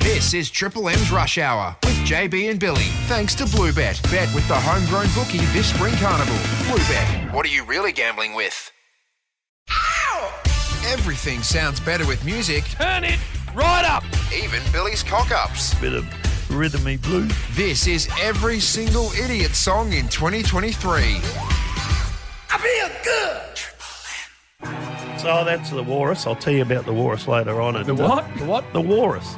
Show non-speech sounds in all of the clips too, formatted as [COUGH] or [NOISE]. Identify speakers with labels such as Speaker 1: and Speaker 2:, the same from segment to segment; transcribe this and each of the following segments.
Speaker 1: This is Triple M's Rush Hour with JB and Billy. Thanks to Bluebet. Bet with the homegrown bookie this spring carnival. Bluebet. What are you really gambling with? Everything sounds better with music,
Speaker 2: Turn it right up.
Speaker 1: even Billy's cock ups.
Speaker 3: Bit of rhythmy blues.
Speaker 1: This is every single idiot song in 2023.
Speaker 3: So that's the walrus. I'll tell you about the walrus later on. uh,
Speaker 2: The what? The what?
Speaker 3: The walrus.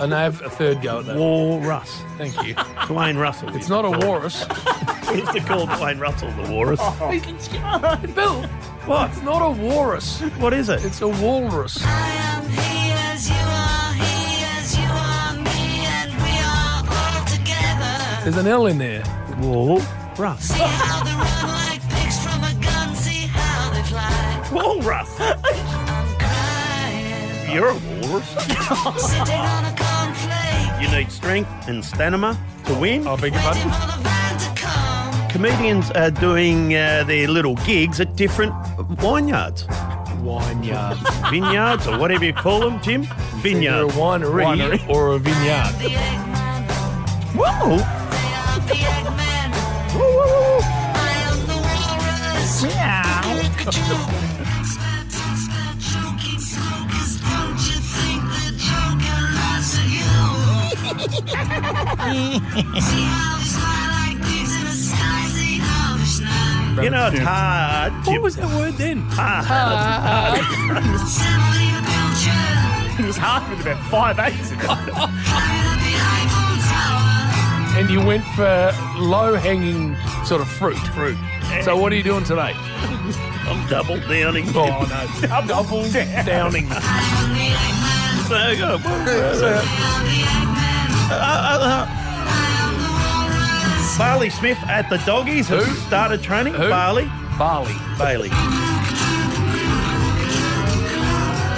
Speaker 2: And I have a third go at that.
Speaker 3: Walrus.
Speaker 2: Thank you.
Speaker 3: Dwayne Russell.
Speaker 2: It's not a walrus. Oh.
Speaker 3: He [LAUGHS] used to call Dwayne Russell the walrus.
Speaker 2: Bill,
Speaker 3: What?
Speaker 2: it's not a walrus.
Speaker 3: What is it?
Speaker 2: It's a walrus.
Speaker 4: I am he as you are, he as you are, me and we are all together.
Speaker 2: There's an L in there.
Speaker 3: Walrus.
Speaker 4: See how they run like pigs from a gun, see how they fly.
Speaker 3: Walrus.
Speaker 4: I'm crying,
Speaker 3: [LAUGHS] You're a walrus.
Speaker 4: sitting on a cornflake,
Speaker 3: You need strength and stamina to win.
Speaker 2: I Oh, beg your
Speaker 4: waiting
Speaker 2: pardon?
Speaker 4: for the van to come.
Speaker 3: Comedians are doing uh, their little gigs at different vineyards.
Speaker 2: Vineyard.
Speaker 3: Vineyards or whatever you call them, Tim.
Speaker 2: Either a
Speaker 3: Vineyard.
Speaker 2: winery,
Speaker 3: Winery.
Speaker 2: or a vineyard.
Speaker 4: The Eggman,
Speaker 3: Whoa.
Speaker 4: they are the Eggman.
Speaker 3: Woo, woo, woo, woo.
Speaker 4: I am the walrus.
Speaker 5: [LAUGHS]
Speaker 3: You know, it's hard.
Speaker 2: What
Speaker 3: Tim.
Speaker 2: was that word then?
Speaker 3: It was hard with about five eights in it.
Speaker 2: And you went for low hanging sort of fruit.
Speaker 3: Fruit.
Speaker 2: So what are you doing today?
Speaker 3: I'm double
Speaker 2: [LAUGHS]
Speaker 3: downing.
Speaker 2: Oh no. Double
Speaker 6: [LAUGHS]
Speaker 2: downing.
Speaker 3: So, uh, uh, uh, Barley Smith at the doggies has
Speaker 2: Who?
Speaker 3: started training.
Speaker 2: Who?
Speaker 3: Barley.
Speaker 2: Barley.
Speaker 3: Bailey.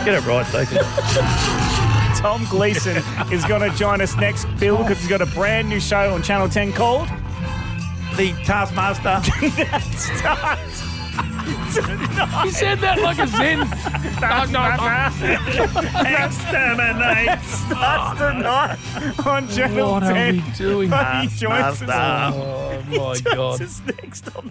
Speaker 3: Get it right, Deacon.
Speaker 6: Tom Gleason is going to join us next, Bill, because he's got a brand new show on Channel 10 called
Speaker 3: the Taskmaster.
Speaker 6: That Starts
Speaker 2: You said that like a [LAUGHS] Zen. no, no,
Speaker 3: [LAUGHS] Exterminate.
Speaker 6: Starts tonight on
Speaker 2: no.
Speaker 6: Channel
Speaker 2: What are
Speaker 6: 10. [LAUGHS]
Speaker 2: we doing? [LAUGHS]
Speaker 6: But he joins us.
Speaker 3: Master.
Speaker 2: Oh my
Speaker 6: joins
Speaker 2: god.
Speaker 6: us next on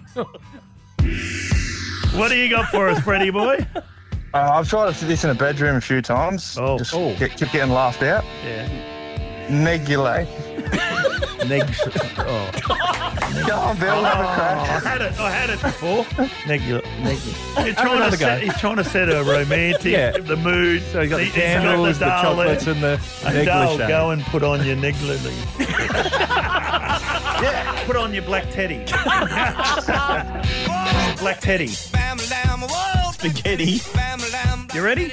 Speaker 3: What do you got for us, Freddie boy?
Speaker 7: Uh, I've tried to do this in a bedroom a few times.
Speaker 3: Oh.
Speaker 7: Just
Speaker 3: Oh.
Speaker 7: Get, keep getting laughed out.
Speaker 3: Yeah.
Speaker 7: Negulate.
Speaker 3: Negs.
Speaker 7: Go on, Bill, have a crack.
Speaker 3: I had it. I had it
Speaker 8: [LAUGHS]
Speaker 3: before. Negula. You're trying to set, he's trying to set a romantic,
Speaker 8: Yeah.
Speaker 3: the mood. So
Speaker 8: You got the candles, the, chocolates, and the negligee.
Speaker 3: go and put on your [LAUGHS] negligee. yeah, put on your black [LAUGHS] teddy. black teddy. Spaghetti. You ready?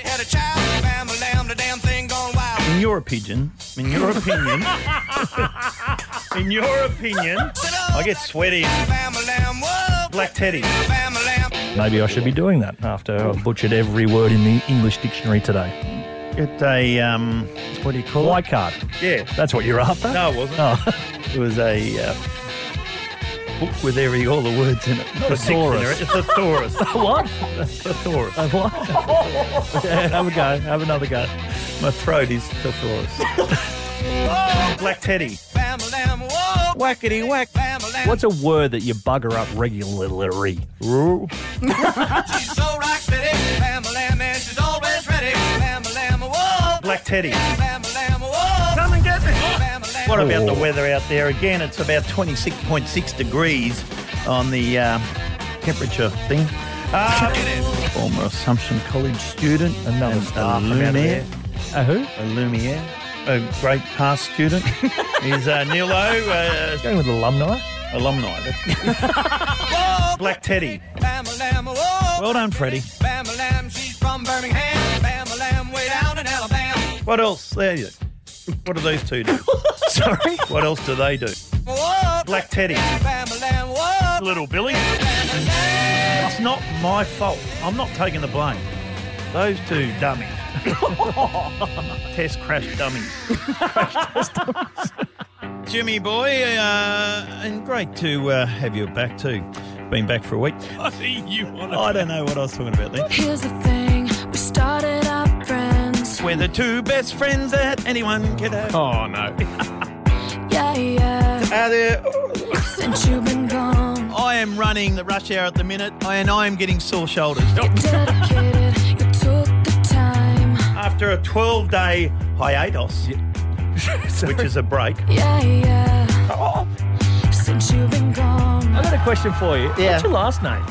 Speaker 3: In your opinion, in your opinion, [LAUGHS] in your opinion, I get sweaty. Black teddy.
Speaker 8: Maybe I should be doing that after I butchered every word in the English dictionary today.
Speaker 3: Get a um. What do you call
Speaker 8: White card.
Speaker 3: Yeah.
Speaker 8: That's what you're after.
Speaker 3: No, it wasn't.
Speaker 8: Oh.
Speaker 3: [LAUGHS] It was a uh, book with every all the words in it. Not
Speaker 8: Thesaurus.
Speaker 3: A dictionary, a thesaurus.
Speaker 8: what?
Speaker 3: thesaurus.
Speaker 8: A what? yeah, have a go. Have another go.
Speaker 3: My throat is thesaurus. Black Teddy. Whackety whack.
Speaker 8: What's a word that you bugger up regularly?
Speaker 3: Black Teddy. Come and get me. What about the weather out there? Again, it's about 26.6 degrees on the uh, temperature thing. Uh, former Assumption College student.
Speaker 8: Another
Speaker 3: and
Speaker 8: star
Speaker 3: a
Speaker 8: from out of
Speaker 3: luminaire.
Speaker 8: there. A who?
Speaker 3: a Lumiere, a great past student, is uh, Neil O, uh,
Speaker 8: Going with alumni.
Speaker 3: alumni. That's- [LAUGHS] Black Teddy. Well done, Freddie. What else? There you What do these two do?
Speaker 8: [LAUGHS] Sorry.
Speaker 3: What else do they do? Black Teddy. Little Billy. It's not my fault. I'm not taking the blame. Those two [LAUGHS] dummies. Test crash dummies. Jimmy boy, uh, and great to uh, have you back too. Been back for a week.
Speaker 2: I see you on
Speaker 3: I don't know what I was talking about then.
Speaker 4: Here's the thing, we started out friends.
Speaker 3: Yes, we're the two best friends that anyone could have.
Speaker 2: Oh, no.
Speaker 5: Yeah, yeah.
Speaker 3: Are there-
Speaker 5: Since you've been gone,
Speaker 3: I am running the rush hour at the minute, and I am getting sore shoulders.
Speaker 5: dedicated, you took the time.
Speaker 3: After a 12 day hiatus, [LAUGHS] which is a break.
Speaker 5: Yeah, yeah. Since you've been gone,
Speaker 8: I've got a question for you.
Speaker 9: Yeah.
Speaker 8: What's your last name?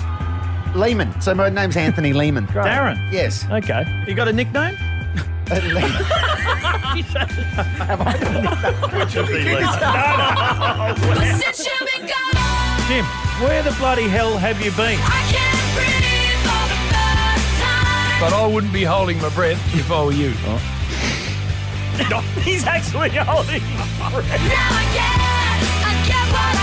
Speaker 9: Lehman. So my name's
Speaker 8: [LAUGHS]
Speaker 9: Anthony Lehman.
Speaker 3: Darren,
Speaker 9: Yes.
Speaker 8: Okay.
Speaker 3: you got a nickname? [LAUGHS] Which of these?
Speaker 5: since you've been gone,
Speaker 3: Jim, where the bloody hell have you been?
Speaker 5: I can't breathe for the first time.
Speaker 2: But I wouldn't be holding my breath if I were
Speaker 8: [LAUGHS]
Speaker 2: you.
Speaker 8: Oh.
Speaker 3: [LAUGHS]
Speaker 6: He's actually holding.
Speaker 5: Now I get, I get what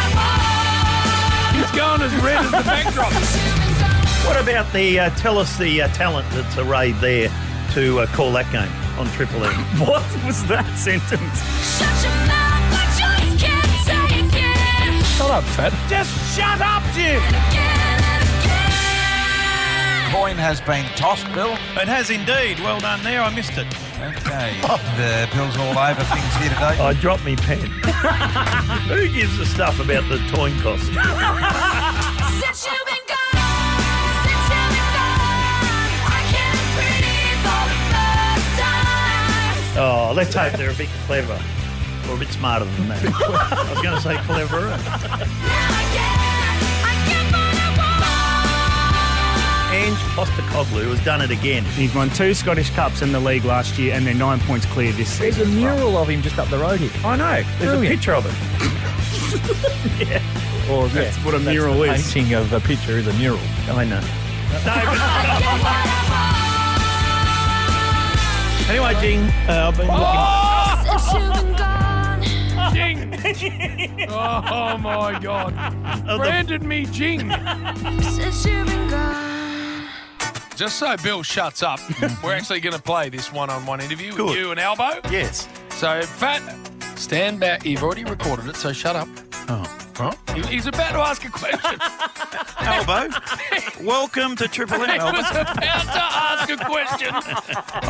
Speaker 5: I want.
Speaker 2: It's going as red as the
Speaker 8: [LAUGHS]
Speaker 2: backdrop.
Speaker 5: Since you've been gone,
Speaker 3: What about the, uh, tell us the uh, talent that's arrayed there to uh, call that game on Triple [LAUGHS] E?
Speaker 6: What was that sentence?
Speaker 5: shut your mouth, I just can't take it.
Speaker 2: Shut up, fat.
Speaker 6: Just shut up, Jim.
Speaker 5: Again and again.
Speaker 10: Coin has been tossed, Bill.
Speaker 3: It has indeed. Well done there. I missed it.
Speaker 10: Okay. the Bill's all over things here today.
Speaker 3: I dropped me
Speaker 6: [LAUGHS]
Speaker 3: pen. Who gives a stuff about the toin cost?
Speaker 5: Since you've been gone, since you've been gone, I can't breathe for the first time.
Speaker 3: Oh, let's hope they're a bit clever. Or a bit smarter than [LAUGHS] that. I was going to say cleverer.
Speaker 5: Now I get, I get what I want.
Speaker 3: Ange Postacoglu has done it again.
Speaker 6: He's won two Scottish Cups in the league last year, and they're nine points clear this
Speaker 8: There's
Speaker 6: season.
Speaker 8: a mural of him just up the road here.
Speaker 6: I know.
Speaker 8: There's a picture of it. Or
Speaker 6: That's what a mural
Speaker 8: the
Speaker 6: is.
Speaker 8: Painting of a picture is a mural.
Speaker 3: I know.
Speaker 5: I get what I want.
Speaker 3: Anyway, Jing, uh, I've been
Speaker 6: Oh!
Speaker 8: Oh.
Speaker 5: Since you've been gone,
Speaker 2: Jing!
Speaker 8: [LAUGHS]
Speaker 2: oh my god. Branded me Jing.
Speaker 5: since you've been gone.
Speaker 10: Just so Bill shuts
Speaker 8: [LAUGHS]
Speaker 10: up, we're actually going to play this one-on-one interview with
Speaker 3: Good.
Speaker 10: you and Albo.
Speaker 3: looking. Yes.
Speaker 10: So, Fat, stand back. You've already recorded it, so shut up. Oh. He's about to ask a
Speaker 8: [LAUGHS]
Speaker 10: question.
Speaker 6: [LAUGHS]
Speaker 3: Elbow, welcome to Triple M.
Speaker 10: I was about to ask a question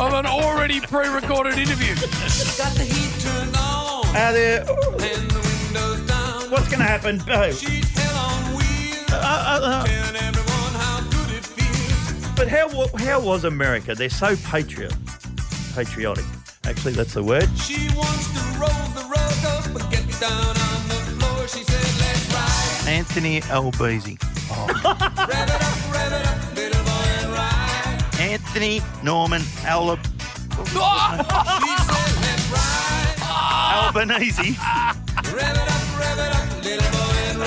Speaker 8: [LAUGHS]
Speaker 10: of an already pre-recorded interview.
Speaker 4: Got the heat turned on
Speaker 3: Are there,
Speaker 4: and the windows down.
Speaker 3: what's going to happen? Oh,
Speaker 4: She's still on wheels,
Speaker 3: uh, uh,
Speaker 4: telling everyone how good it feels.
Speaker 3: uh, but how wa- how was America? They're so patriot, patriotic. Actually, that's the word.
Speaker 4: She wants to roll the rug up, but get down on the floor. She said, Let's ride.
Speaker 3: Anthony Oh. Albeezy.
Speaker 4: Rev it up, rev it up, little boy, and ride.
Speaker 3: Anthony Norman Al-
Speaker 4: She said, Let's ride.
Speaker 3: Albanese.
Speaker 4: Rev it up, rev it up, little boy, and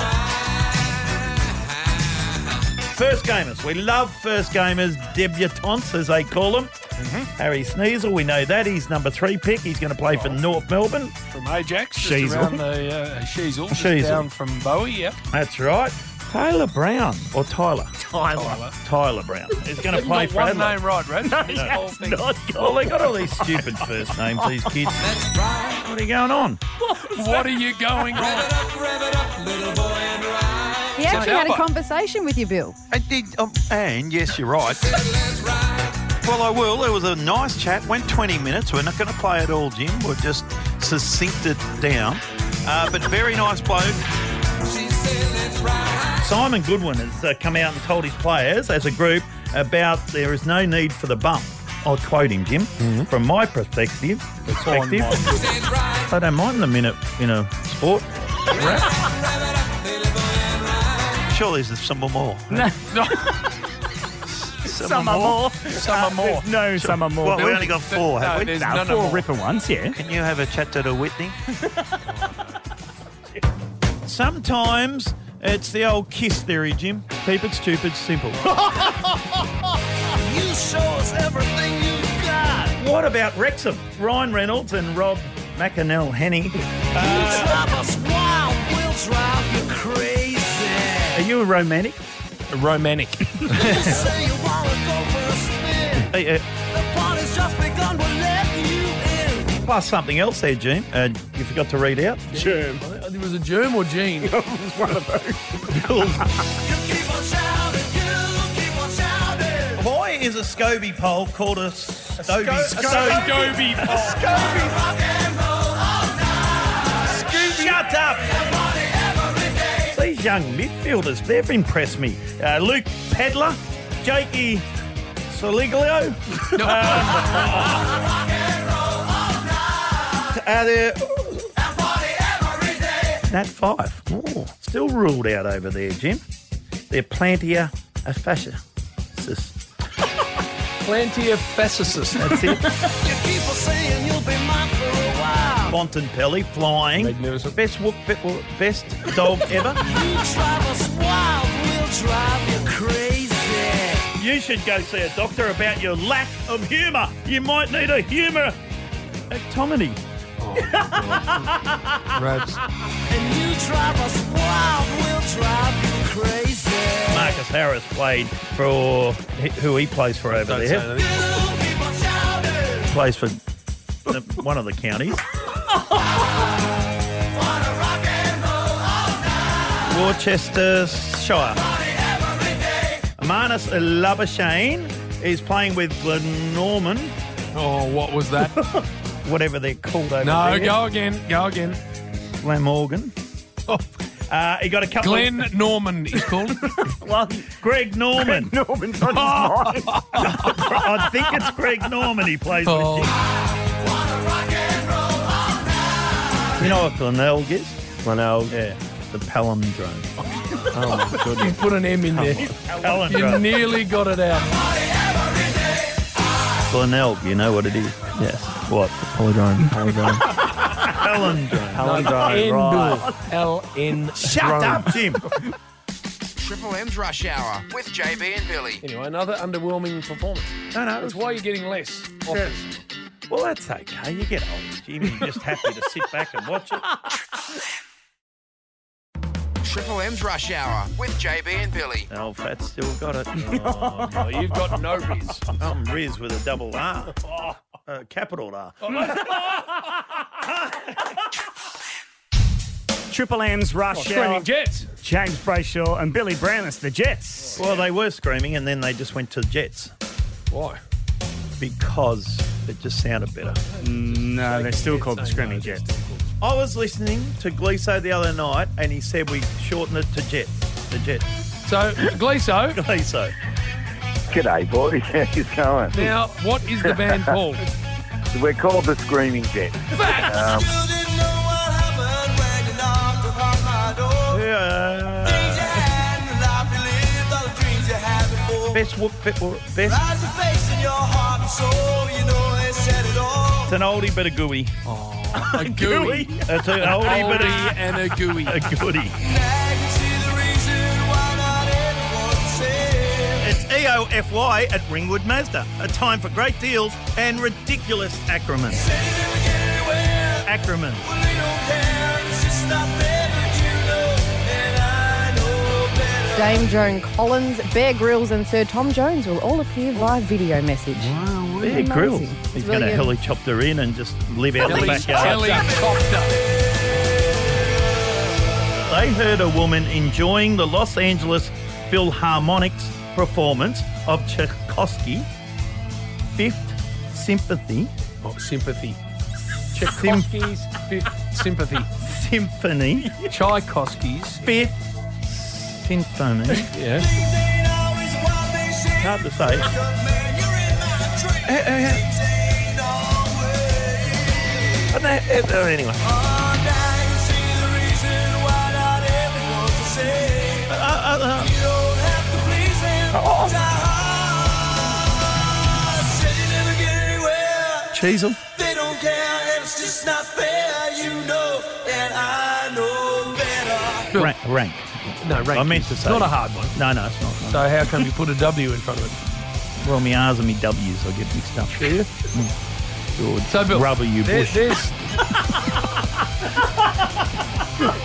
Speaker 4: ride.
Speaker 3: First gamers. We love first gamers, debutantes as they call them. Harry Sneasel, we know that. He's number three pick. He's going to play for North Melbourne.
Speaker 10: From Ajax, just
Speaker 3: Sheasel.
Speaker 10: around the uh, Sheasel, just
Speaker 3: Sheasel.
Speaker 10: down from Bowie, yep.
Speaker 3: That's right. Taylor Brown or Tyler? Tyler. Tyler Brown. He's going to play
Speaker 10: Not
Speaker 3: for
Speaker 10: Oh, one
Speaker 3: Adelaide.
Speaker 10: name right,
Speaker 3: [LAUGHS]
Speaker 10: Brad. This whole thing.
Speaker 3: Oh, they got all these stupid first names, these kids.
Speaker 4: Let's ride.
Speaker 3: What are going on?
Speaker 10: What are you going
Speaker 4: Rev
Speaker 10: on?
Speaker 4: it up, rev it up, little boy, and ride.
Speaker 11: He actually had a
Speaker 10: Albo.
Speaker 11: conversation with you, Bill.
Speaker 3: I did, um, and yes, you're right.
Speaker 4: Let's ride.
Speaker 3: Well, I will. It was a nice chat. Went 20 minutes. We're not going to play it all, Jim. We'll just succinct it down. Uh, but very nice bloke.
Speaker 4: She said, Let's ride.
Speaker 3: Simon Goodwin has uh, come out and told his players as a group about there is no need for the bump. I'll quote him, Jim. From my perspective, perspective,
Speaker 4: Let's ride.
Speaker 3: I don't mind the minute in a sport.
Speaker 4: Rev it up, little boy, and ride.
Speaker 3: Surely there's some more.
Speaker 10: No,
Speaker 3: [LAUGHS] Some,
Speaker 10: some are more.
Speaker 6: No, some are more.
Speaker 3: Well, we only got four,
Speaker 10: No,
Speaker 3: have we?
Speaker 10: there's
Speaker 6: No,
Speaker 10: none
Speaker 6: four
Speaker 10: more.
Speaker 6: ripper ones, yeah.
Speaker 3: Can you have a chat to the Whitney? [LAUGHS] Sometimes it's the old kiss theory, Jim. Keep it stupid simple. [LAUGHS]
Speaker 10: You show us everything you've got.
Speaker 3: what about Wrexham? Ryan Reynolds and Rob McInnell Henny.
Speaker 10: We'll drive you crazy.
Speaker 3: Are you a romantic?
Speaker 2: Romantic.
Speaker 10: Say you wanna go for a spin.
Speaker 3: Hey, uh,
Speaker 10: The party's just begun, we'll let you in.
Speaker 3: plus something else there, Jim. Uh, you forgot to read out.
Speaker 2: It was a germ or
Speaker 3: [LAUGHS]
Speaker 2: gene.
Speaker 10: You keep on shouting, you keep on shouting.
Speaker 3: Why is a SCOBY poll called a s- Scobie.
Speaker 12: Scobie.
Speaker 3: Shut up. These young midfielders, they've impressed me. Uh, Luke Pedler, Jakey Soliglio. Uh, Um, uh, they're- Nat 5. Ooh, still ruled out over there, Jim. They're plantia fasciasis.
Speaker 2: Plenty of fascists.
Speaker 3: That's it.
Speaker 4: People saying you'll be mine for a [LAUGHS] while.
Speaker 3: Bontempelli flying. Magnificent. Best whoop, be- well, best
Speaker 4: [LAUGHS]
Speaker 3: dog ever.
Speaker 4: You drive us wild, we'll drive you crazy.
Speaker 3: You should go see a doctor about your lack of humour. You might need a humour ectomy. [LAUGHS]
Speaker 4: And you drive us wild, we'll drive you crazy.
Speaker 3: Marcus Harris played for who he plays for over there. Plays for the- one of the counties. Worcestershire. Manus Labashane is playing with Glenorman.
Speaker 2: Oh, what was that?
Speaker 3: Whatever they're called over
Speaker 2: No,
Speaker 3: there. [LAUGHS]
Speaker 2: go again. Go again.
Speaker 3: Glamorgan. Uh, he got a couple of-
Speaker 2: Glenn Norman is
Speaker 3: [LAUGHS]
Speaker 2: called.
Speaker 3: Well, Greg Norman. Oh.
Speaker 6: Norman's on his
Speaker 3: [LAUGHS]
Speaker 6: mind.
Speaker 3: I think it's Greg Norman he plays with.
Speaker 2: Oh.
Speaker 10: Oh.
Speaker 3: You know what Glenelg is? Glenelg. Yeah. The palindrome.
Speaker 12: He's put an M in there.
Speaker 3: [LAUGHS]
Speaker 2: You
Speaker 3: Palindrome.
Speaker 2: nearly got it out.
Speaker 3: Glenelg, you know what it is? Yes. What? [LAUGHS]
Speaker 13: Polydrome. Polydrome.
Speaker 3: Palindrome.
Speaker 12: Endor.
Speaker 13: right.
Speaker 12: L N.
Speaker 3: Shut up, Jim.
Speaker 1: Triple M's Rush Hour with JB and Billy.
Speaker 2: Anyway, another underwhelming performance.
Speaker 3: No, no.
Speaker 2: That's why you're getting less offers.
Speaker 3: Well, that's okay. You get old, Jim. You're just happy to sit back and watch it.
Speaker 1: Triple M's Rush Hour with JB and Billy.
Speaker 3: Oh, Fat's still got it. Oh, no.
Speaker 2: You've got no riz.
Speaker 3: I'm Riz with a double R. Uh, capital R.
Speaker 6: Triple M's Rush Hour.
Speaker 2: Screaming Jets.
Speaker 6: James Brayshaw and Billy Brownless, the Jets.
Speaker 3: Well, they were screaming and then they just went to Jets
Speaker 2: Why?
Speaker 3: because it just sounded better.
Speaker 6: No, they're still called the Screaming Jets.
Speaker 3: I was listening to Gleeso the other night and he said we shortened it to Jet. The [LAUGHS] Jet.
Speaker 2: So, Gleeso,
Speaker 3: Gleeso.
Speaker 14: [LAUGHS]
Speaker 7: G'day, boys. How's it going?
Speaker 2: now what is the
Speaker 3: [LAUGHS]
Speaker 2: band called?
Speaker 7: We're called the Screaming Jets.
Speaker 4: You didn't know what happened when you knocked upon my door.
Speaker 3: Yeah.
Speaker 4: And the life you lived, all the dreams you had before.
Speaker 3: Best whoop, bit- whoop- best.
Speaker 4: Eyes and face and your heart and soul, you know they said it all.
Speaker 3: It's an oldie but a gooey.
Speaker 2: Oh, A
Speaker 3: [LAUGHS]
Speaker 2: gooey.
Speaker 3: It's an oldie but
Speaker 2: Oldie
Speaker 3: a,
Speaker 2: and a gooey.
Speaker 3: [LAUGHS] a goodie.
Speaker 4: Now you see the reason why not everyone said.
Speaker 3: It's E EOFY at Ringwood Mazda. A time for great deals and ridiculous Ackerman. Ackerman.
Speaker 5: Dame Joan Collins, Bear Grylls, and Sir Tom Jones will all appear via video message.
Speaker 3: Bear
Speaker 5: Amazing.
Speaker 3: Grylls.
Speaker 5: It's
Speaker 3: He's going to
Speaker 5: brilliant.
Speaker 3: helicopter in and just live out the backyard.
Speaker 2: Helicopter.
Speaker 3: They heard a woman enjoying the Los Angeles Philharmonic's performance of Tchaikovsky, Fifth Sympathy
Speaker 2: Oh, sympathy. Tchaikovsky's Fifth Sympathy.
Speaker 3: Symphony,
Speaker 2: Tchaikovsky's.
Speaker 3: Fifth Symphony.
Speaker 2: Yeah.
Speaker 3: Hard to [LAUGHS] say. But they- eh, eh, anyway, Uh, uh, uh, Cheezel.
Speaker 4: They don't care, it's just not fair, you know, and I know better.
Speaker 3: Rank, rank.
Speaker 2: No, rank
Speaker 3: I meant
Speaker 2: is-
Speaker 3: to
Speaker 2: it's
Speaker 3: say.
Speaker 2: not a hard one.
Speaker 3: No, no, it's not. no.
Speaker 2: So how come you put a W in front of it?
Speaker 3: Well, me R's and me W's, I get mixed up.
Speaker 2: you?
Speaker 3: George,
Speaker 2: So, Bill,
Speaker 3: rubber you
Speaker 2: There,
Speaker 3: bush.
Speaker 2: there's.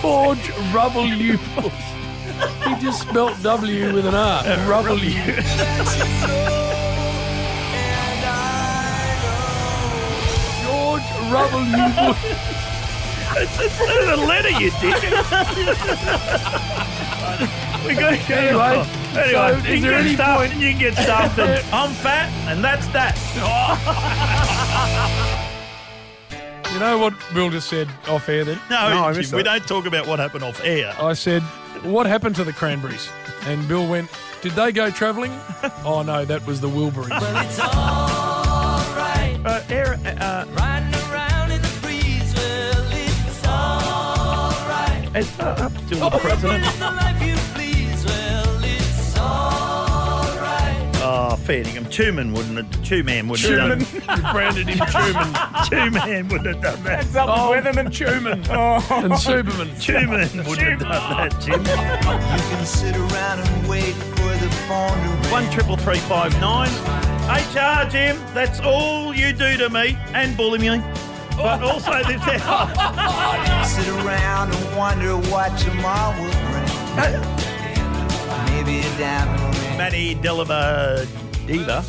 Speaker 2: Forge Rubble You Bush. He just spelt W with an R. Rubble You. George Rubble You Bush.
Speaker 3: [LAUGHS] There's a letter, you dick. we got to go.
Speaker 2: Anyway,
Speaker 3: Anyway,
Speaker 2: So,
Speaker 3: you
Speaker 2: is there
Speaker 3: can
Speaker 2: any
Speaker 3: get stuffed
Speaker 2: point-
Speaker 3: and you can get stuffed and [LAUGHS] I'm fat and that's that.
Speaker 2: You know what Will just said off air then?
Speaker 3: No,
Speaker 2: I
Speaker 3: we
Speaker 2: missed that.
Speaker 3: don't talk about what happened off air.
Speaker 2: I said, What happened to the Cranberries? And Bill went, Did they go travelling? oh no, that was the Wilburys.
Speaker 3: Uh, air, uh, uh, It's not up to the president. Oh, fair dinkum. Tuman wouldn't have, Tuman wouldn't have done
Speaker 2: you branded him Tuman.
Speaker 3: Tuman wouldn't have done that.
Speaker 6: That's up
Speaker 2: Oh.
Speaker 6: with Weatherman.
Speaker 2: Tuman.
Speaker 6: Oh.
Speaker 2: [LAUGHS] And Superman.
Speaker 3: Tuman wouldn't have done that, Jim.
Speaker 15: You can sit around and wait for the phone to ring.
Speaker 3: One triple three five nine. HR, Jim, that's all you do to me and bully me. But also this [LAUGHS]
Speaker 15: Sit around and wonder what tomorrow will bring. Maybe a diamond ring.
Speaker 3: Matty Delava Diva.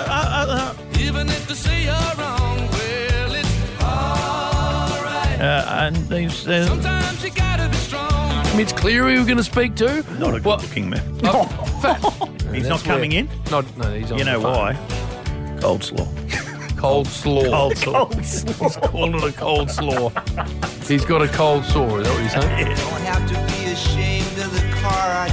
Speaker 3: Uh,
Speaker 5: Even if they say you're wrong, well, it's alright.
Speaker 3: Uh, and these, uh,
Speaker 5: Sometimes you gotta be strong.
Speaker 2: Mitch Cleary, we're going to speak to.
Speaker 3: not a good looking man.
Speaker 2: Oh, fat.
Speaker 3: [LAUGHS] He's
Speaker 2: That's
Speaker 3: not coming
Speaker 2: where-
Speaker 3: in.
Speaker 2: Not, no, he's on
Speaker 3: You
Speaker 2: the
Speaker 3: know
Speaker 2: phone.
Speaker 3: why? Cold slaw.
Speaker 2: Cold slaw.
Speaker 3: [LAUGHS] Cold slaw.
Speaker 2: He's calling it a cold slaw. He's got a cold sore, is that what you're saying?
Speaker 15: Don't have to be ashamed of the car I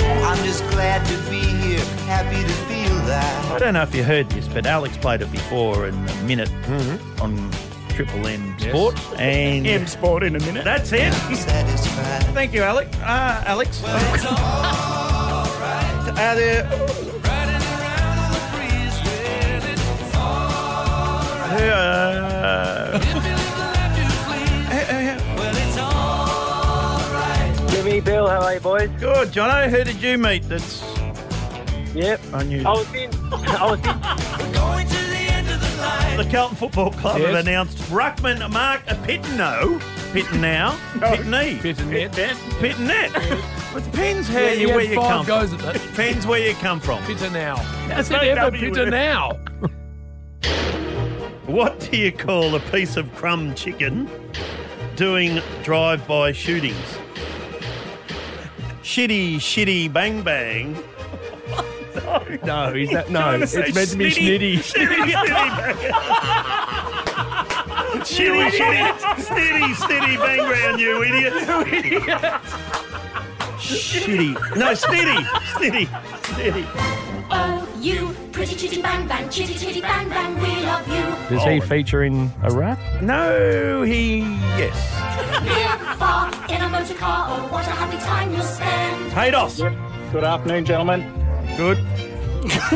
Speaker 15: drive. I'm just glad to be here, happy to be alive.
Speaker 3: I don't know if you heard this, but Alex played it before in a minute on Triple M Sport. And
Speaker 6: M Sport in a minute.
Speaker 3: That's it. Thank you, Alex. Uh, Alex. Are there- Uh,
Speaker 14: Jimmy, Bill, how are you boys?
Speaker 3: Good, Jono. Who did you meet? That's
Speaker 14: yep.
Speaker 3: I knew.
Speaker 14: I was in. [LAUGHS] I was in.
Speaker 3: The Carlton Football Club
Speaker 14: Yes.
Speaker 3: have announced Ruckman Mark uh, Pitino. Pitnow. Pitney. Pitnet. Pitnet. With pins how
Speaker 2: Yeah,
Speaker 3: you,
Speaker 2: you had
Speaker 3: where you
Speaker 2: five
Speaker 3: come
Speaker 2: goes
Speaker 3: from.
Speaker 2: at that.
Speaker 3: Depends where you come from.
Speaker 2: Pitter now. That's
Speaker 3: That's no
Speaker 2: it, ever
Speaker 3: W
Speaker 2: pitter
Speaker 3: word.
Speaker 2: now.
Speaker 3: What do you call a piece of crumb chicken doing drive by shootings? Shitty, shitty, bang, bang.
Speaker 2: No,
Speaker 3: he's
Speaker 2: that- no, it's meant to be
Speaker 3: Shitty, shitty, bang. shitty, shitty, snitty, snitty, bang, round, [LAUGHS] you idiot. shitty. No, snitty, snitty, snitty.
Speaker 5: Oh, you pretty chitty bang bang, chitty chitty bang bang, we love you.
Speaker 8: Does he feature in a rap?
Speaker 3: No, he. Yes.
Speaker 5: Near, far, in a motor car, oh, what a happy time you'll spend.
Speaker 3: Haydos.
Speaker 14: Good afternoon, gentlemen.
Speaker 3: Good.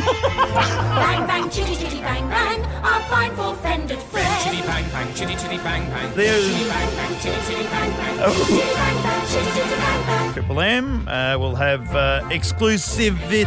Speaker 5: Bang bang, chitty chitty bang bang, our fine for fended friend. Chitty bang bang, chitty chitty bang bang.
Speaker 3: There's-
Speaker 5: Chitty bang bang, chitty chitty bang bang.
Speaker 3: Oh.
Speaker 5: Chitty bang bang, chitty chitty bang bang.
Speaker 3: Triple M uh, will have uh, exclusivity.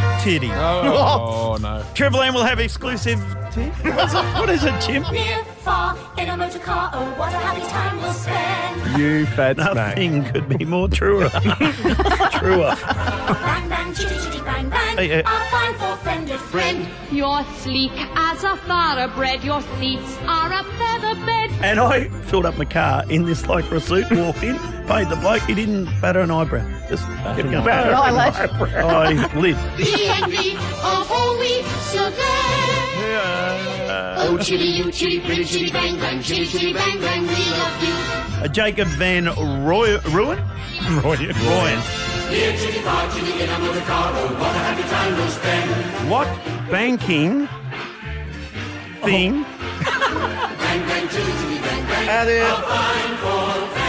Speaker 3: [LAUGHS]
Speaker 2: Oh, no.
Speaker 3: Triple M will have exclusive. What's it- what is it, Jim?
Speaker 5: Near, far, in a motor car, oh, what a happy time we'll spend.
Speaker 3: You fat Nothing could be more truer. truer.
Speaker 5: Bang bang, chitty chitty bang bang,
Speaker 3: Hey, uh, hey.
Speaker 5: our fine for fended friend.
Speaker 16: You're sleek as a thoroughbred. Your seats are a feather bed.
Speaker 3: And I filled up my car in this lycra suit, walked in, paid the bloke. He didn't batter an eyebrow. Just kept going.
Speaker 5: Batter an eyelash.
Speaker 3: I lit.
Speaker 5: B&B, oh, holy survey.
Speaker 3: Uh,
Speaker 5: Oh, chitty, you chitty, pretty chitty, bang, bang, chitty, chitty, bang, bang, we love you.
Speaker 3: Uh, Jacob Van Roy- Ruin? Royan. Royan.
Speaker 5: Here, chitty, far, chitty, in a motor car, oh, what a happy time we'll spend.
Speaker 3: What banking thing?
Speaker 5: Bang, bang, chitty, chitty, bang, bang.
Speaker 3: Out there.
Speaker 5: Our fine for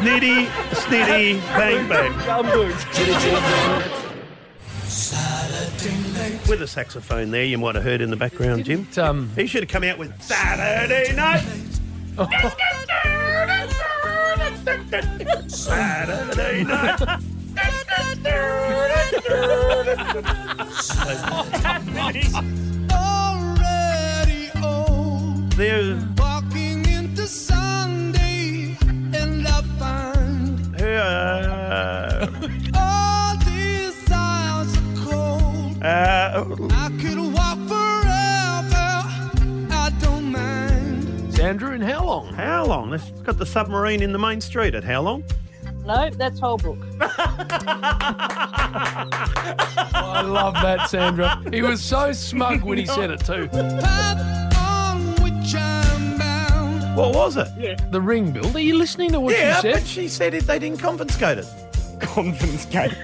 Speaker 3: Snitty, snitty, bang, bang. With a saxophone there, you might have heard in the background, Jim.
Speaker 2: um,
Speaker 3: he should have come out with Saturday night. Saturday night.
Speaker 5: Already
Speaker 15: oh,
Speaker 5: old,
Speaker 3: There's
Speaker 5: walking into Sunday, and I find
Speaker 3: uh,
Speaker 5: all these hours are cold.
Speaker 3: uh,
Speaker 5: I could walk forever, I don't mind.
Speaker 3: Sandra and how long? How long? It's got the submarine in the main street at how long?
Speaker 17: No, that's Holbrook.
Speaker 2: I love that, Sandra. He was so smug when he said it too.
Speaker 3: What was it?
Speaker 2: Yeah. The ring, Bill. Are you listening to what
Speaker 3: yeah,
Speaker 2: she said?
Speaker 3: but she said it, they didn't confiscate it.
Speaker 6: Confiscate.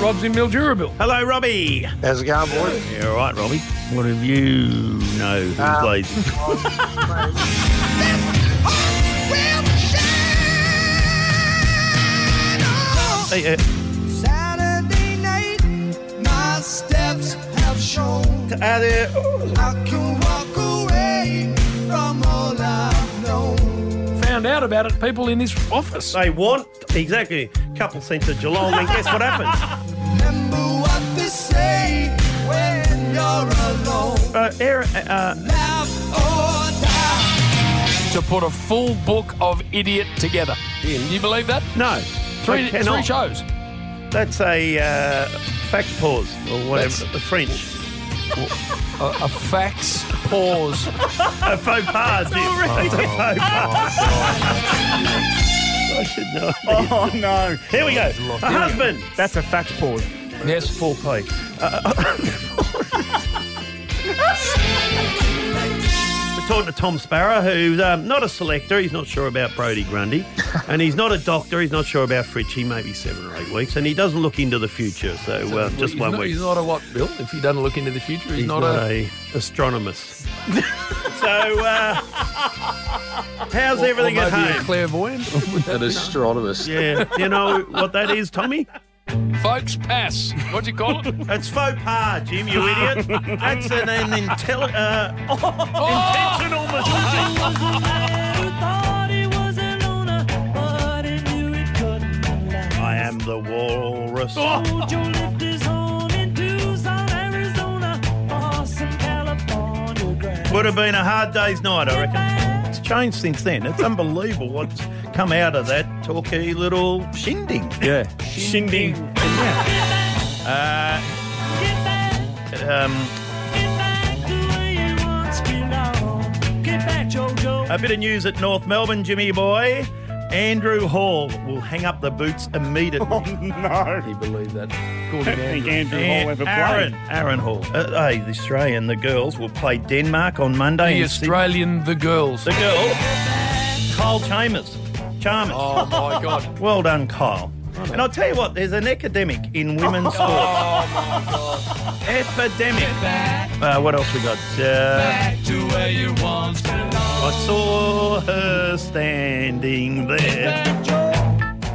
Speaker 2: Rob's in Mildurable.
Speaker 3: Hello, Robbie.
Speaker 11: How's it going, boys?
Speaker 3: Yeah, all right, Robbie. What have you know who's
Speaker 11: Um,
Speaker 3: lazy? [LAUGHS] Hey, uh,
Speaker 15: Oh, Saturday night, my steps have shown. I can walk away from all I've known.
Speaker 2: Found out about it, people in his office.
Speaker 3: They want, exactly, a couple cents of Geelong, and guess what happens?
Speaker 15: Remember what they say when you're alone.
Speaker 3: Uh, Aaron, uh,
Speaker 10: To put a full book of idiot together. Ian, you believe that?
Speaker 3: [LAUGHS] No.
Speaker 10: Three,
Speaker 3: I cannot.
Speaker 10: three shows.
Speaker 3: That's a uh, fact pause, or whatever, the French.
Speaker 10: A, a fax pause.
Speaker 3: a faux [LAUGHS] pas, Jim. It's a faux pas. [LAUGHS] I should know.
Speaker 6: Oh no!
Speaker 3: Here we go. A husband.
Speaker 6: That's a fact pause.
Speaker 10: [LAUGHS] Yes,
Speaker 3: four pay. Uh, [LAUGHS] We're talking to Tom Sparrow, who's um, not a selector. He's not sure about Brody Grundy. and he's not a doctor. He's not sure about Fritchie, maybe seven or eight weeks. And he doesn't look into the future. So, uh,
Speaker 10: Well,
Speaker 3: just
Speaker 10: he's
Speaker 3: one
Speaker 10: not-
Speaker 3: week.
Speaker 10: He's not a what, Bill? If he doesn't look into the future, he's,
Speaker 3: He's
Speaker 10: not,
Speaker 3: not
Speaker 10: a,
Speaker 3: astronomist.
Speaker 10: [LAUGHS]
Speaker 3: so, uh,
Speaker 10: [LAUGHS]
Speaker 3: how's
Speaker 10: Or- or
Speaker 3: everything at
Speaker 10: maybe a [LAUGHS]
Speaker 3: home?
Speaker 10: clairvoyant.
Speaker 13: An astronomist.
Speaker 3: Yeah. Do you know what that is, Tommy?
Speaker 10: Folks pass. What'd you [LAUGHS] call it?
Speaker 3: It's faux pas, Jim, you [LAUGHS] idiot. That's an, an intelli- uh, intentional mistake. I am the walrus. Would have been a hard day's night, I reckon. It's changed since then. It's unbelievable what's come out of that talky little shinding.
Speaker 8: Yeah.
Speaker 6: Shinding.
Speaker 3: Uh, um, a bit of news at North Melbourne, Jimmy boy. Andrew Hall will hang up the boots immediately.
Speaker 6: Oh [LAUGHS] no!
Speaker 10: He believed that.
Speaker 6: I don't think [LAUGHS] Andrew Hall ever
Speaker 3: Aaron,
Speaker 6: played.
Speaker 3: Aaron Hall. Uh, hey, the Australian, the girls will play Denmark on Monday.
Speaker 10: The
Speaker 3: in Sydney.
Speaker 10: Australian, the [LAUGHS] girls.
Speaker 3: The girls. Kyle Chambers. Chalmers.
Speaker 10: Oh my God.
Speaker 3: Well done, Kyle. And I'll tell you what, there's an epidemic in women's
Speaker 10: [LAUGHS]
Speaker 3: sports.
Speaker 10: Oh my God.
Speaker 3: Epidemic. Uh, what else we got? Uh,
Speaker 10: to where you once
Speaker 3: I saw her standing there.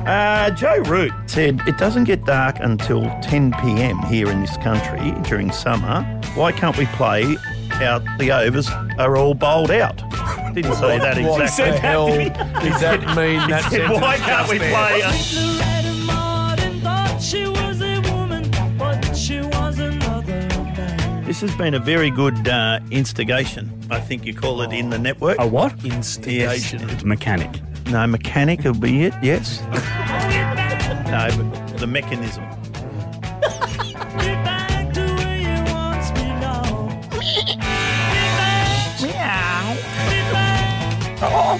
Speaker 3: Uh, Joe Root said, It doesn't get dark until 10 pm here in this country during summer. Why can't we play out? The overs are all bowled out. Didn't say that
Speaker 2: What
Speaker 3: exactly.
Speaker 2: the hell does that mean?
Speaker 3: He
Speaker 2: That
Speaker 3: said,
Speaker 2: sentence
Speaker 3: [LAUGHS] Why can't
Speaker 2: just
Speaker 3: we
Speaker 2: there?
Speaker 3: play?
Speaker 6: uh,
Speaker 3: a-" This has been a very good uh, instigation, I think you call it in the network. A what? Instigation. It's mechanic. No, mechanic will be it, [LAUGHS] yes. no, but the mechanism.
Speaker 6: Oh.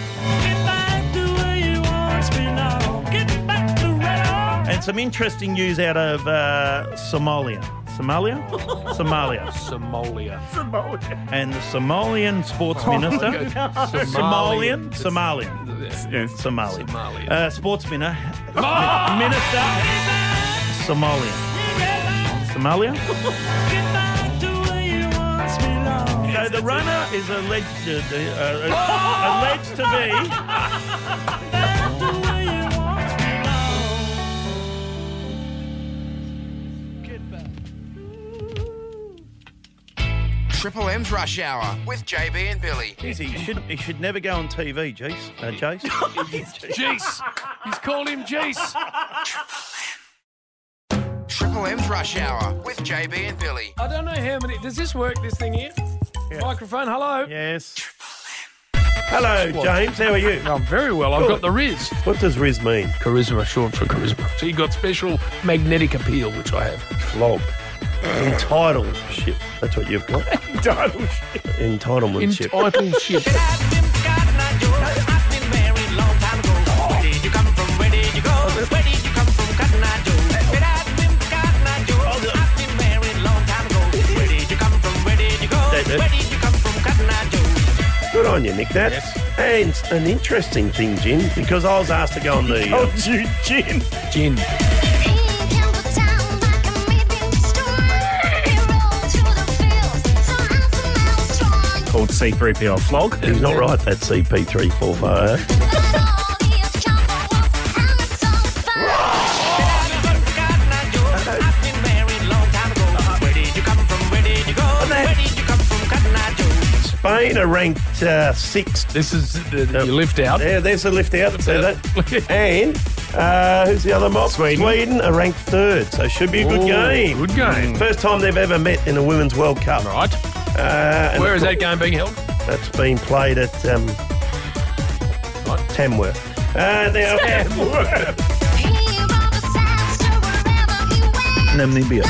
Speaker 3: And some interesting news out of uh, Somalia. [LAUGHS] Somalia? Somalia.
Speaker 10: Somalia.
Speaker 3: And the Somalian sports
Speaker 10: Oh,
Speaker 3: minister.
Speaker 10: okay.
Speaker 3: Somalian. Somalian.
Speaker 10: Yeah.
Speaker 3: Somali.
Speaker 10: Somali.
Speaker 3: Uh, sports minister.
Speaker 10: Ah!
Speaker 3: Minister. Somalian. Somalia?
Speaker 10: [LAUGHS]
Speaker 3: So the runner is alleged, uh, uh,
Speaker 10: [LAUGHS]
Speaker 3: alleged to be.
Speaker 1: Triple M's Rush Hour with JB and Billy.
Speaker 10: [LAUGHS]
Speaker 3: Jeez, he should, he should never go on TV, Jace. Uh, Jace.
Speaker 10: Jeez. He's called him Jeez.
Speaker 1: Triple M's Rush Hour with JB and Billy.
Speaker 2: I don't know how many. Does this work? This thing here? Microphone. Hello.
Speaker 3: Yes. Hello,
Speaker 2: What?
Speaker 3: James. How are you?
Speaker 2: I'm very well. I've got
Speaker 3: Good.
Speaker 2: the Riz.
Speaker 3: What does Riz mean?
Speaker 10: Charisma, short for charisma. So you got special magnetic appeal, which I have.
Speaker 3: Log. Entitled ship. That's what you've got. Entitled ship. [LAUGHS] Entitlement
Speaker 2: [LAUGHS]
Speaker 3: ship.
Speaker 17: Entitled
Speaker 3: ship.
Speaker 17: Good on you, Nick. That and it's an interesting thing, Jim, because I was asked to go on the. uh,
Speaker 3: Oh, Jim, Jim,
Speaker 17: Jim.
Speaker 3: Called C3PO flog. He's not right. That CP345.
Speaker 17: Spain are ranked uh, sixth.
Speaker 2: This is the, the lift out.
Speaker 17: Yeah, there's a lift out. So
Speaker 2: [LAUGHS]
Speaker 17: that. and uh, who's the other mob? Sweden. are ranked third, so should be a good
Speaker 2: Ooh,
Speaker 17: game. Mm.
Speaker 2: good game.
Speaker 17: First time they've ever met in a Women's World Cup.
Speaker 2: Right.
Speaker 17: Uh, and
Speaker 2: Where is
Speaker 17: of course-
Speaker 2: that game being held?
Speaker 17: That's been played at um, Tamworth. Uh, now,
Speaker 3: Namibia.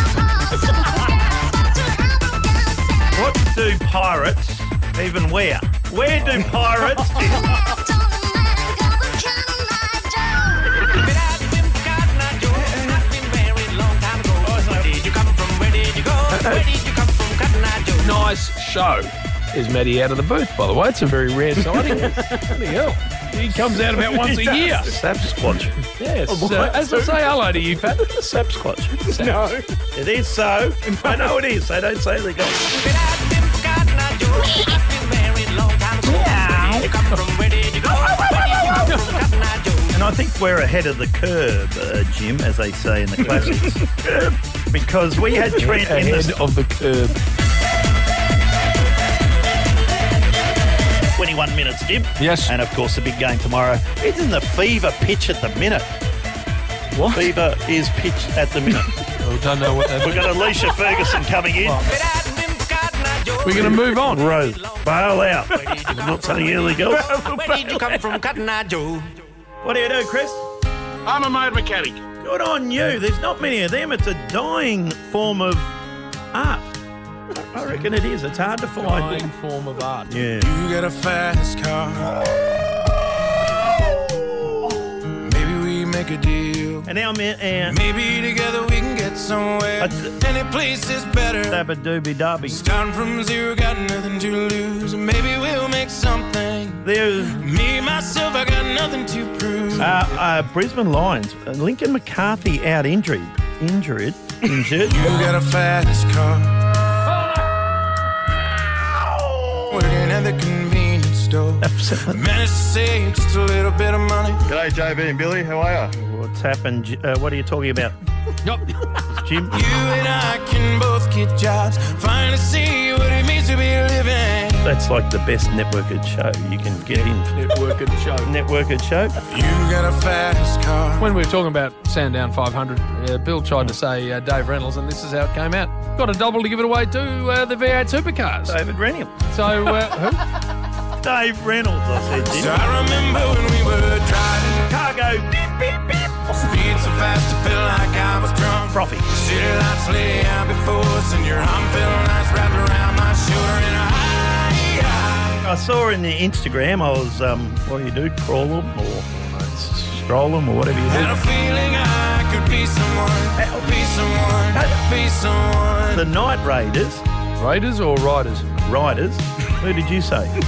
Speaker 3: What do pirates even wear? Where do
Speaker 2: Oh. [LAUGHS]
Speaker 3: pirates?
Speaker 2: Nice show. Is Maddie out of the booth, by the way? It's a very [LAUGHS] rare sighting. Bloody hell. He comes out about once a
Speaker 3: [LAUGHS]
Speaker 2: year.
Speaker 17: Sapsquatch.
Speaker 2: Yes.
Speaker 17: Oh,
Speaker 2: uh, as I
Speaker 17: what?
Speaker 2: say hello to you, Fat.
Speaker 17: Sapsquatch.
Speaker 2: [LAUGHS] No.
Speaker 17: It is so. I know it is. They don't say they go.
Speaker 3: And I think we're ahead of the curve, uh, Jim, as they say in the
Speaker 2: [LAUGHS]
Speaker 3: classics, because we had Trent in
Speaker 2: Ahead
Speaker 3: the
Speaker 2: of the curb.
Speaker 3: 21 minutes, Jim. Yes. And of course, the big game tomorrow. Isn't the fever pitch at the minute? What? Fever is pitch at the minute.
Speaker 2: I don't know what that
Speaker 3: We've got Alicia Ferguson coming in.
Speaker 2: We're going to move on.
Speaker 17: Rose, bail out. not something illegal.
Speaker 3: [LAUGHS] Where did you come from, Cotton Eye Joe? What do you do, Chris? I'm a motor mechanic. Good on you. There's not many of them. It's a dying form of art. I reckon it is. It's hard to find.
Speaker 2: Dying form of art.
Speaker 3: Yeah.
Speaker 13: You got a fast car. Maybe we make a deal.
Speaker 3: And now, man,
Speaker 13: maybe together we can get somewhere. Any place is better.
Speaker 3: Dabba dooby dobby.
Speaker 13: Starting from zero, got nothing to lose. Maybe we'll make something.
Speaker 3: There's
Speaker 13: me myself, I got nothing to prove.
Speaker 3: Uh, uh, Brisbane Lions. Uh, Lincoln McCarthy out injured. Injured. [LAUGHS] Injured.
Speaker 13: you got a fast car. Working at the convenience store. Managed to save just a little bit of money.
Speaker 17: G'day, JB and Billy. How are
Speaker 13: you?
Speaker 3: What's happened? J- Uh, what are you talking
Speaker 13: [LAUGHS]
Speaker 3: about? [LAUGHS] Jim?
Speaker 13: You and I can both get jobs. Finally see what it means to be living.
Speaker 3: That's like the best networked show you can get in.
Speaker 2: Networked show.
Speaker 3: Networked show.
Speaker 13: You got a fast car.
Speaker 2: When we were talking about Sandown 500, uh, Bill tried to say uh, Dave Reynolds, and this is how it came out. Got a double to give it away to uh, the V8 [LAUGHS] supercars.
Speaker 3: David Reynolds.
Speaker 2: So, uh, who?
Speaker 3: Dave Reynolds, I said. Jim.
Speaker 13: So I remember when we were driving.
Speaker 3: Car go beep, beep, beep.
Speaker 13: Speed so fast, I feel like I was drunk.
Speaker 3: Frothy.
Speaker 13: City lights lay out before us, and your arm felt nice wrapped around my shoulder. And I,
Speaker 3: I saw in the Instagram, I was, um, what do you do? Crawl them or stroll them or whatever you
Speaker 13: I had
Speaker 3: do.
Speaker 13: a feeling I could be someone, be someone, be someone.
Speaker 3: The Night Raiders.
Speaker 2: Raiders or Riders?
Speaker 3: Riders. Who did you
Speaker 13: [LAUGHS]
Speaker 3: say?
Speaker 13: You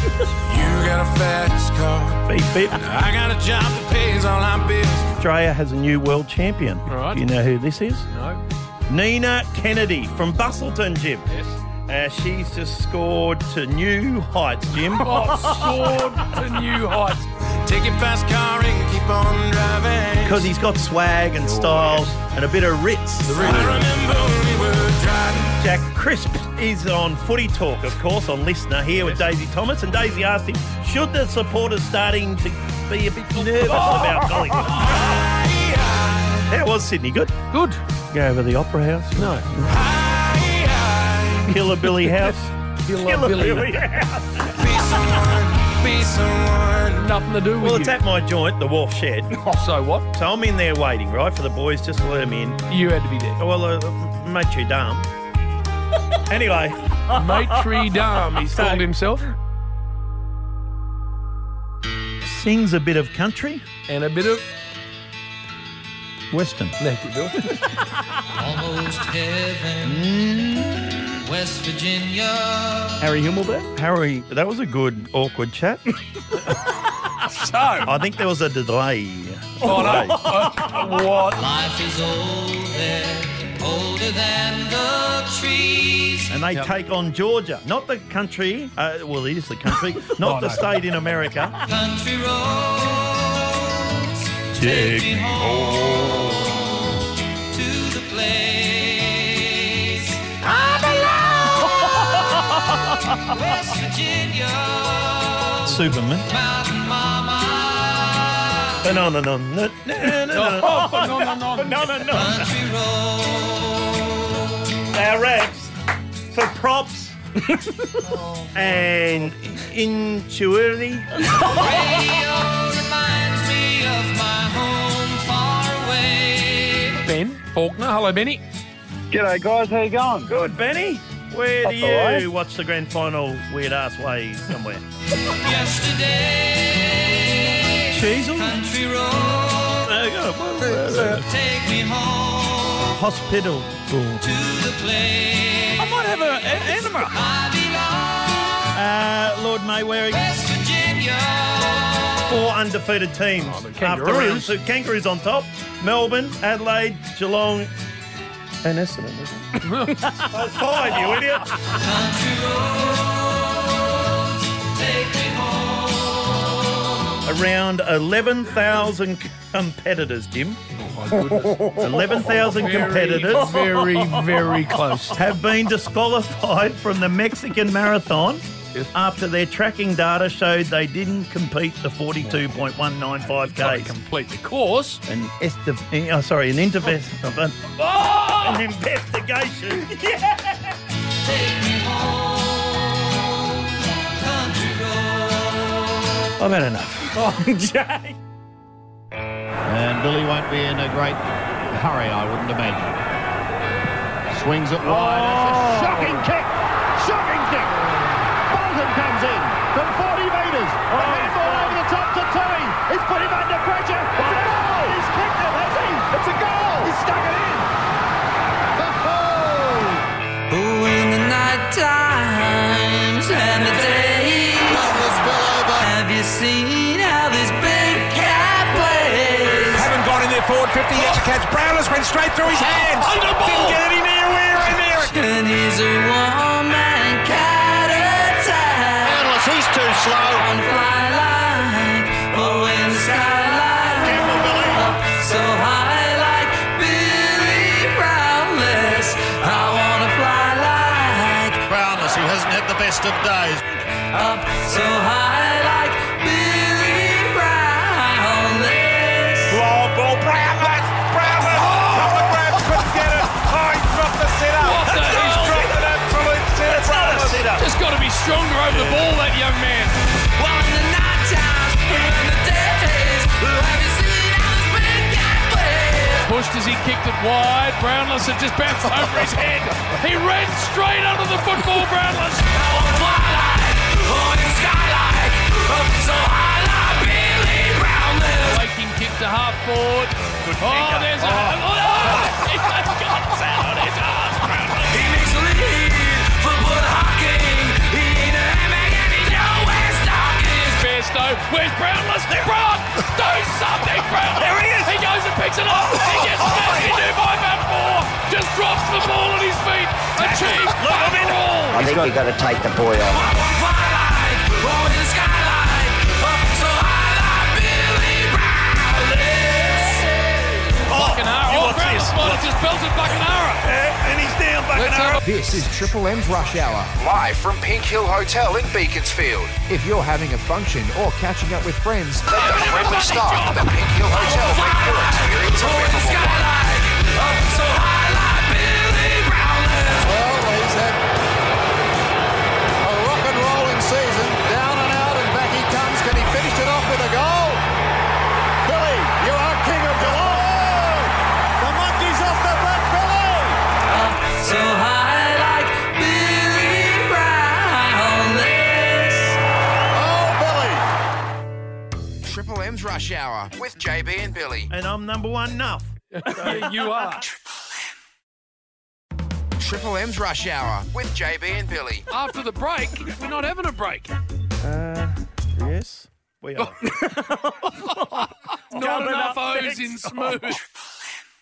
Speaker 13: got a fast car.
Speaker 3: beep, beep.
Speaker 13: I got a job that pays all my bills.
Speaker 3: Australia has a new world champion.
Speaker 2: Right.
Speaker 3: Do you know who this is?
Speaker 2: No.
Speaker 3: Nina Kennedy from Bustleton, Jim.
Speaker 2: [LAUGHS] Yes.
Speaker 3: Uh, she's just scored to new heights, Jim.
Speaker 13: [LAUGHS] Oh,
Speaker 2: Sword to new heights.
Speaker 13: Take your fast car and keep on driving.
Speaker 3: Because he's got swag and
Speaker 13: Oh,
Speaker 3: style and a bit of ritz.
Speaker 13: I remember when we were driving.
Speaker 3: Jack Crisp is on Footy Talk, of course, on Listener here with Daisy Thomas. And Daisy asked him, should the supporters starting to be a bit nervous
Speaker 13: Oh.
Speaker 3: about Collingwood? How was Sydney? Good?
Speaker 2: Good.
Speaker 3: Go over the Opera House?
Speaker 2: No.
Speaker 3: Killer Billy [LAUGHS] House?
Speaker 2: Killer Billy.
Speaker 3: House.
Speaker 13: Be someone, be someone.
Speaker 2: Nothing to do with
Speaker 3: Well, it's
Speaker 2: you.
Speaker 3: at my joint, the Wharf Shed.
Speaker 2: So what?
Speaker 3: So I'm in Oh, there waiting, right, for the boys just to let 'em in.
Speaker 2: You had to be there.
Speaker 3: [LAUGHS] Well, uh, mate, you dumb. Anyway,
Speaker 2: Maitre Dame, he's called himself.
Speaker 3: Sings a bit of country
Speaker 2: and a bit of
Speaker 3: western.
Speaker 2: Thank you, Bill.
Speaker 18: Almost heaven. West Virginia.
Speaker 3: Harry Himmelberg. Harry, that was a good awkward [LAUGHS] chat.
Speaker 10: so
Speaker 3: I think there was a delay.
Speaker 10: Oh, no.
Speaker 3: Delay.
Speaker 10: what?
Speaker 18: Life is older, older than the trees.
Speaker 3: And they take on Georgia, not the country. Uh, well, it is
Speaker 18: [LAUGHS]
Speaker 3: the country, not
Speaker 18: Oh,
Speaker 3: the
Speaker 18: no.
Speaker 3: state in America.
Speaker 18: country roads.
Speaker 3: Take
Speaker 18: me home to the
Speaker 3: [LAUGHS]
Speaker 18: place I belong. West Virginia.
Speaker 3: Superman. Banana, no, no, no, no, no,
Speaker 18: Oh,
Speaker 3: no.
Speaker 2: Oh,
Speaker 18: Country
Speaker 17: Our raps for props and intuity.
Speaker 18: Radio reminds me of my home far away.
Speaker 2: Ben Faulkner. Hello, Benny.
Speaker 14: G'day, guys. How you going?
Speaker 3: Good, Benny. Where do
Speaker 17: That's all right.
Speaker 3: you watch the grand final weird ass way somewhere?
Speaker 18: Yesterday.
Speaker 3: Cheezel?
Speaker 18: Country road. Take me home
Speaker 3: Hospital.
Speaker 18: to the place.
Speaker 10: I might have a- an enema.
Speaker 18: I belong.
Speaker 3: Uh, Lord Mayweather.
Speaker 18: West Virginia.
Speaker 3: Four undefeated teams after
Speaker 17: Kangaroos.
Speaker 3: round two. Kangaroos on top. Melbourne, Adelaide, Geelong, and Essendon. [LAUGHS] That's five, you idiot.
Speaker 18: Country roads. Take me home.
Speaker 3: Around 11,000 competitors, Jim.
Speaker 18: Oh, goodness.
Speaker 3: 11,000
Speaker 18: Very,
Speaker 3: competitors.
Speaker 18: very, very close.
Speaker 3: Have been disqualified from the Mexican Marathon after their tracking data showed they didn't complete the 42.195Ks.
Speaker 10: Complete the course.
Speaker 3: An esti- oh, sorry, an intervention.
Speaker 18: Oh! [LAUGHS]
Speaker 3: An investigation.
Speaker 18: Take me home. Country roads.
Speaker 3: I've had enough.
Speaker 18: [LAUGHS]
Speaker 6: Oh, Jay.
Speaker 19: And Billy won't be in a great hurry, I wouldn't imagine. Swings it wide.
Speaker 13: Oh.
Speaker 19: It's a shocking kick. Shocking kick. Bolton comes in from 40 metres. The handball over the top to Terry. He's put him under pressure. It's a goal. He's kicked it, has he? It's a goal. He's stuck it in.
Speaker 18: Oh, in the night times and the days Have you seen how this big cat plays?
Speaker 13: Haven't got in there forward 50 yet to catch. Brownless went straight through his hands. Didn't get any near in there.
Speaker 18: And he's a one-man cat attack Brownless, he's too slow On fly like, oh, in the skyline Up so high like Billy Brownless I wanna fly like Brownless, who hasn't had the best of days Up so high like Billy Brownless
Speaker 13: Long ball. Brownless. Brownless. Come on, Brown. Couldn't get it. Oh, he's dropped the sitter.
Speaker 10: What the
Speaker 13: he's
Speaker 10: hell?
Speaker 13: dropped an absolute sitter. That's not a sitter.
Speaker 10: Just got to be stronger over the ball, that young man.
Speaker 2: Pushed as he kicked it wide. Brownless had just bounced over his head. He ran straight under the football, Brownless. Waking kick to half forward. Oh, there's a. [LAUGHS] Oh, he just got sat on his arse, Brownless. Bairstow. Where's Brownless? Brown! Do something, Brownless! There he is! Oh, He goes and picks it up. He gets smashed into by Van Moore. Just drops the ball at his feet. Achieves Van
Speaker 20: I
Speaker 2: Moor.
Speaker 20: think you've got to take the boy off.
Speaker 2: Bacanara. Oh, Brownless might have just belted Bacanara.
Speaker 3: and he's down,
Speaker 1: This is Triple M's Rush Hour, live from Pink Hill Hotel in Beaconsfield. If you're having a function or catching up with friends, let the friendly staff at the Pink Hill Hotel make your experience a memorable
Speaker 18: Well, he's had
Speaker 1: A rock and rolling season, down and out and back he comes. Can he finish it off with a goal? Billy, you are king of Geelong. The monkeys off the back, Billy.
Speaker 18: So high like Billy
Speaker 1: Rush Hour with JB and Billy.
Speaker 3: And I'm number one nuff.
Speaker 1: you are. Triple M's Rush Hour with JB and Billy.
Speaker 2: After the break, we're not having a break.
Speaker 3: Uh, yes. We are.
Speaker 2: Not enough Oh. O's in smooth.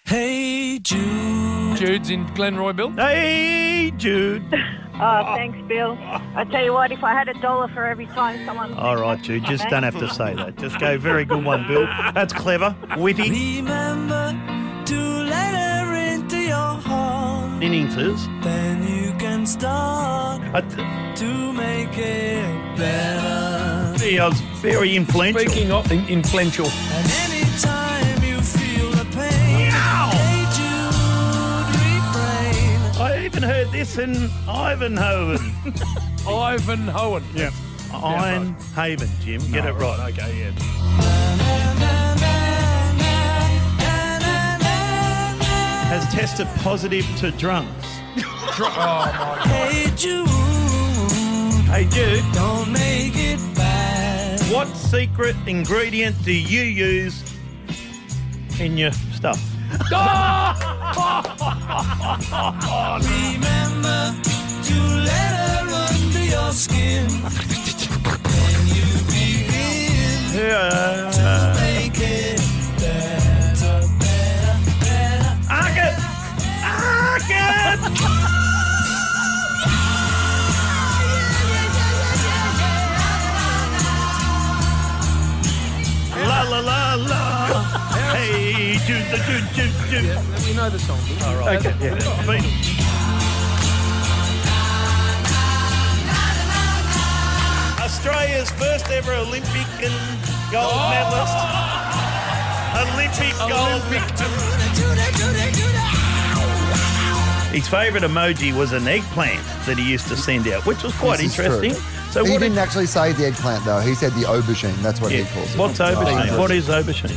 Speaker 2: Hey, Jude. Jude's in Glenroy, Bill.
Speaker 3: Hey, Jude.
Speaker 5: Oh, thanks, Bill. I tell you what, if I had a dollar for every time someone.
Speaker 3: All right, Jude. Just don't have to say that. Just go, very good one, Bill. That's clever, witty.
Speaker 6: Remember to let her into your heart.
Speaker 3: Inningses.
Speaker 6: Then you can start
Speaker 3: I th-
Speaker 6: to make it better.
Speaker 3: Gee, I was very influential. Speaking of influential.
Speaker 6: Anytime you feel the pain, hey Jude, refrain.
Speaker 3: I even heard this in Ivanhoe. Ivanhoe. [LAUGHS] Yeah. Iron Haven, Jim. Get it right. Okay, yeah. Has tested positive to [LAUGHS] drunks.
Speaker 6: Oh my Hey Jude,
Speaker 3: hey Jude.
Speaker 6: don't make it bad.
Speaker 3: What secret ingredient do you use in your stuff?
Speaker 6: Remember to let her under your skin. Then you begin to make it better, better, better.
Speaker 3: Argot! Argot!
Speaker 15: [LAUGHS]
Speaker 3: La la la la. hey, Jude, the Jude, Jude, Jude.
Speaker 2: we know the song.
Speaker 3: All right. Okay. Yeah. Beatles. Australia's first ever Olympic and gold medalist. Olympic gold His favourite emoji was an eggplant that he used to send out, which was quite
Speaker 7: This is
Speaker 3: interesting.
Speaker 7: true.
Speaker 3: So
Speaker 7: he
Speaker 3: what
Speaker 7: didn't actually say the eggplant though. He said the aubergine. That's what he calls it.
Speaker 3: What's aubergine? What is aubergine?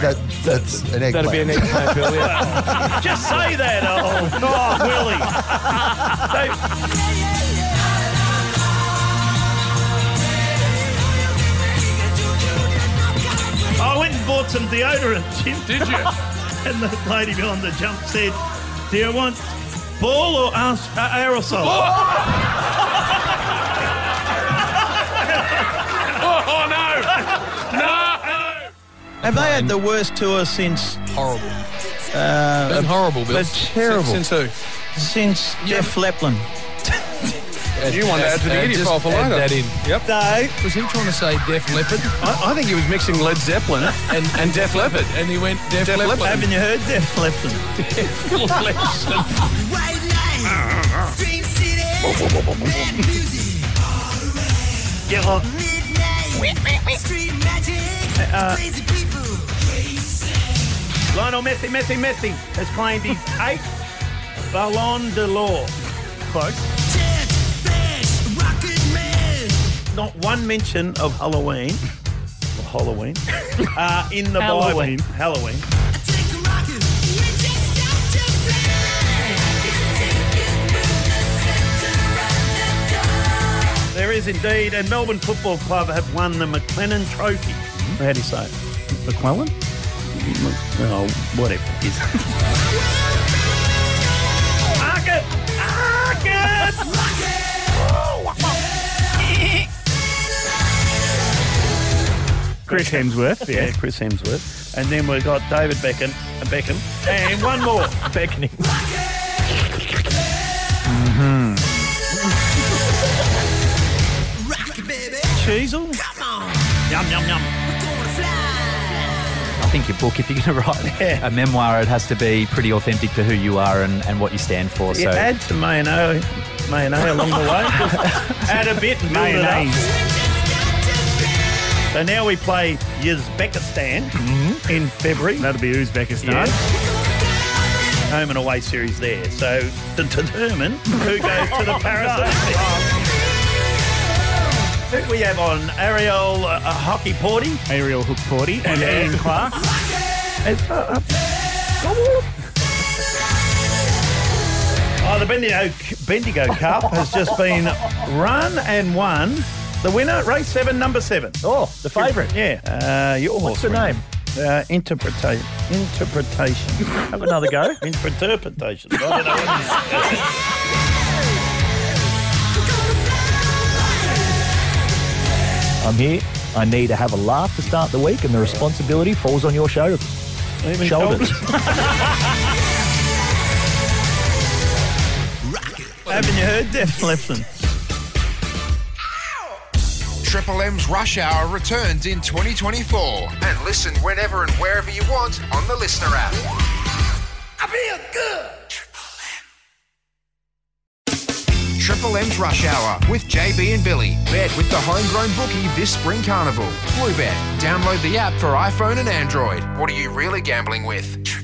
Speaker 7: That, that's an eggplant.
Speaker 3: That'd be an eggplant, Bill,
Speaker 7: yeah.
Speaker 3: Just say that, oh,
Speaker 7: [LAUGHS]
Speaker 3: oh Willie. So, I went and bought some deodorant, Jim. Did you? [LAUGHS] and the lady behind the jump said, "Do you want ball or as- uh, aerosol?"
Speaker 2: Oh, no. No.
Speaker 3: Have they had the worst tour since? Horrible. Uh,
Speaker 2: Been horrible, Bill.
Speaker 3: Been
Speaker 2: Since-
Speaker 3: terrible.
Speaker 2: since who?
Speaker 3: Since Jeff Laplin.
Speaker 2: You want to add to the
Speaker 3: idiot
Speaker 2: idiot file for later. Yep.
Speaker 3: No.
Speaker 2: Was he trying to say Def Leppard? I, I think he was mixing Led Zeppelin and, and Def Leppard, and he went Def,
Speaker 3: Def
Speaker 2: Leppard.
Speaker 3: Leppard. Haven't you heard Def Leppard?
Speaker 2: Def [LAUGHS] Leppard.
Speaker 6: Right now, Dream City, mad music,
Speaker 3: Get on.
Speaker 6: midnight, street magic,
Speaker 3: Uh,
Speaker 6: crazy people, crazy.
Speaker 3: Lionel Messi, Messi, Messi has claimed his eighth Ballon d'Or. Close. Not one mention of Halloween. Or Halloween. [LAUGHS] Uh, in the
Speaker 6: Halloween.
Speaker 3: Bible. Halloween. There is indeed, and Melbourne Football Club have won the McLennan Trophy. How do you Mm-hmm. say it? McClellan? Oh, whatever it [LAUGHS] is. Argot! Chris Hemsworth, yeah. Chris Hemsworth. And then we've got David Beckham, uh, Beckham, and one more. [LAUGHS] Beckoning. [LAUGHS] Cheesel? Yum, yum, yum.
Speaker 13: I think your book, if you're going to [LAUGHS] write a memoir, it has to be pretty authentic to who you are and, and what you stand for.
Speaker 3: Yeah,
Speaker 13: so
Speaker 3: add some mayonnaise, mayonnaise along the way. [LAUGHS] add a bit and build it up. So now we play Uzbekistan in February. That'll be Uzbekistan. Home and away series there. So to determine who goes to [LAUGHS] the Paris Olympics. Who we have on Ariel uh, uh, Hockey Porty. Ariel Hook Porty
Speaker 21: and Ian
Speaker 3: Clark. It's, uh, uh, come on. Oh, the Bendigo, Bendigo Cup has just been run and won The winner, race seven, number seven. Oh, the favourite. Yeah. Uh, your horse. What's the name? Uh, interpretation. Interpretation. [LAUGHS] Have another go. Interpretation. I don't know what it is.
Speaker 8: I'm here. I need to have a laugh to start the week, and the responsibility falls on your shoulders. Shoulders.
Speaker 3: Haven't you heard? Def Lipson.
Speaker 1: Triple M's Rush Hour returns in 2024. And listen whenever and wherever you want on the Listener app. I feel good. Triple M's Rush Hour with JB and Billy. Bet with the homegrown bookie this spring carnival. Bluebet. Download the app for iPhone and Android. What are you really gambling with?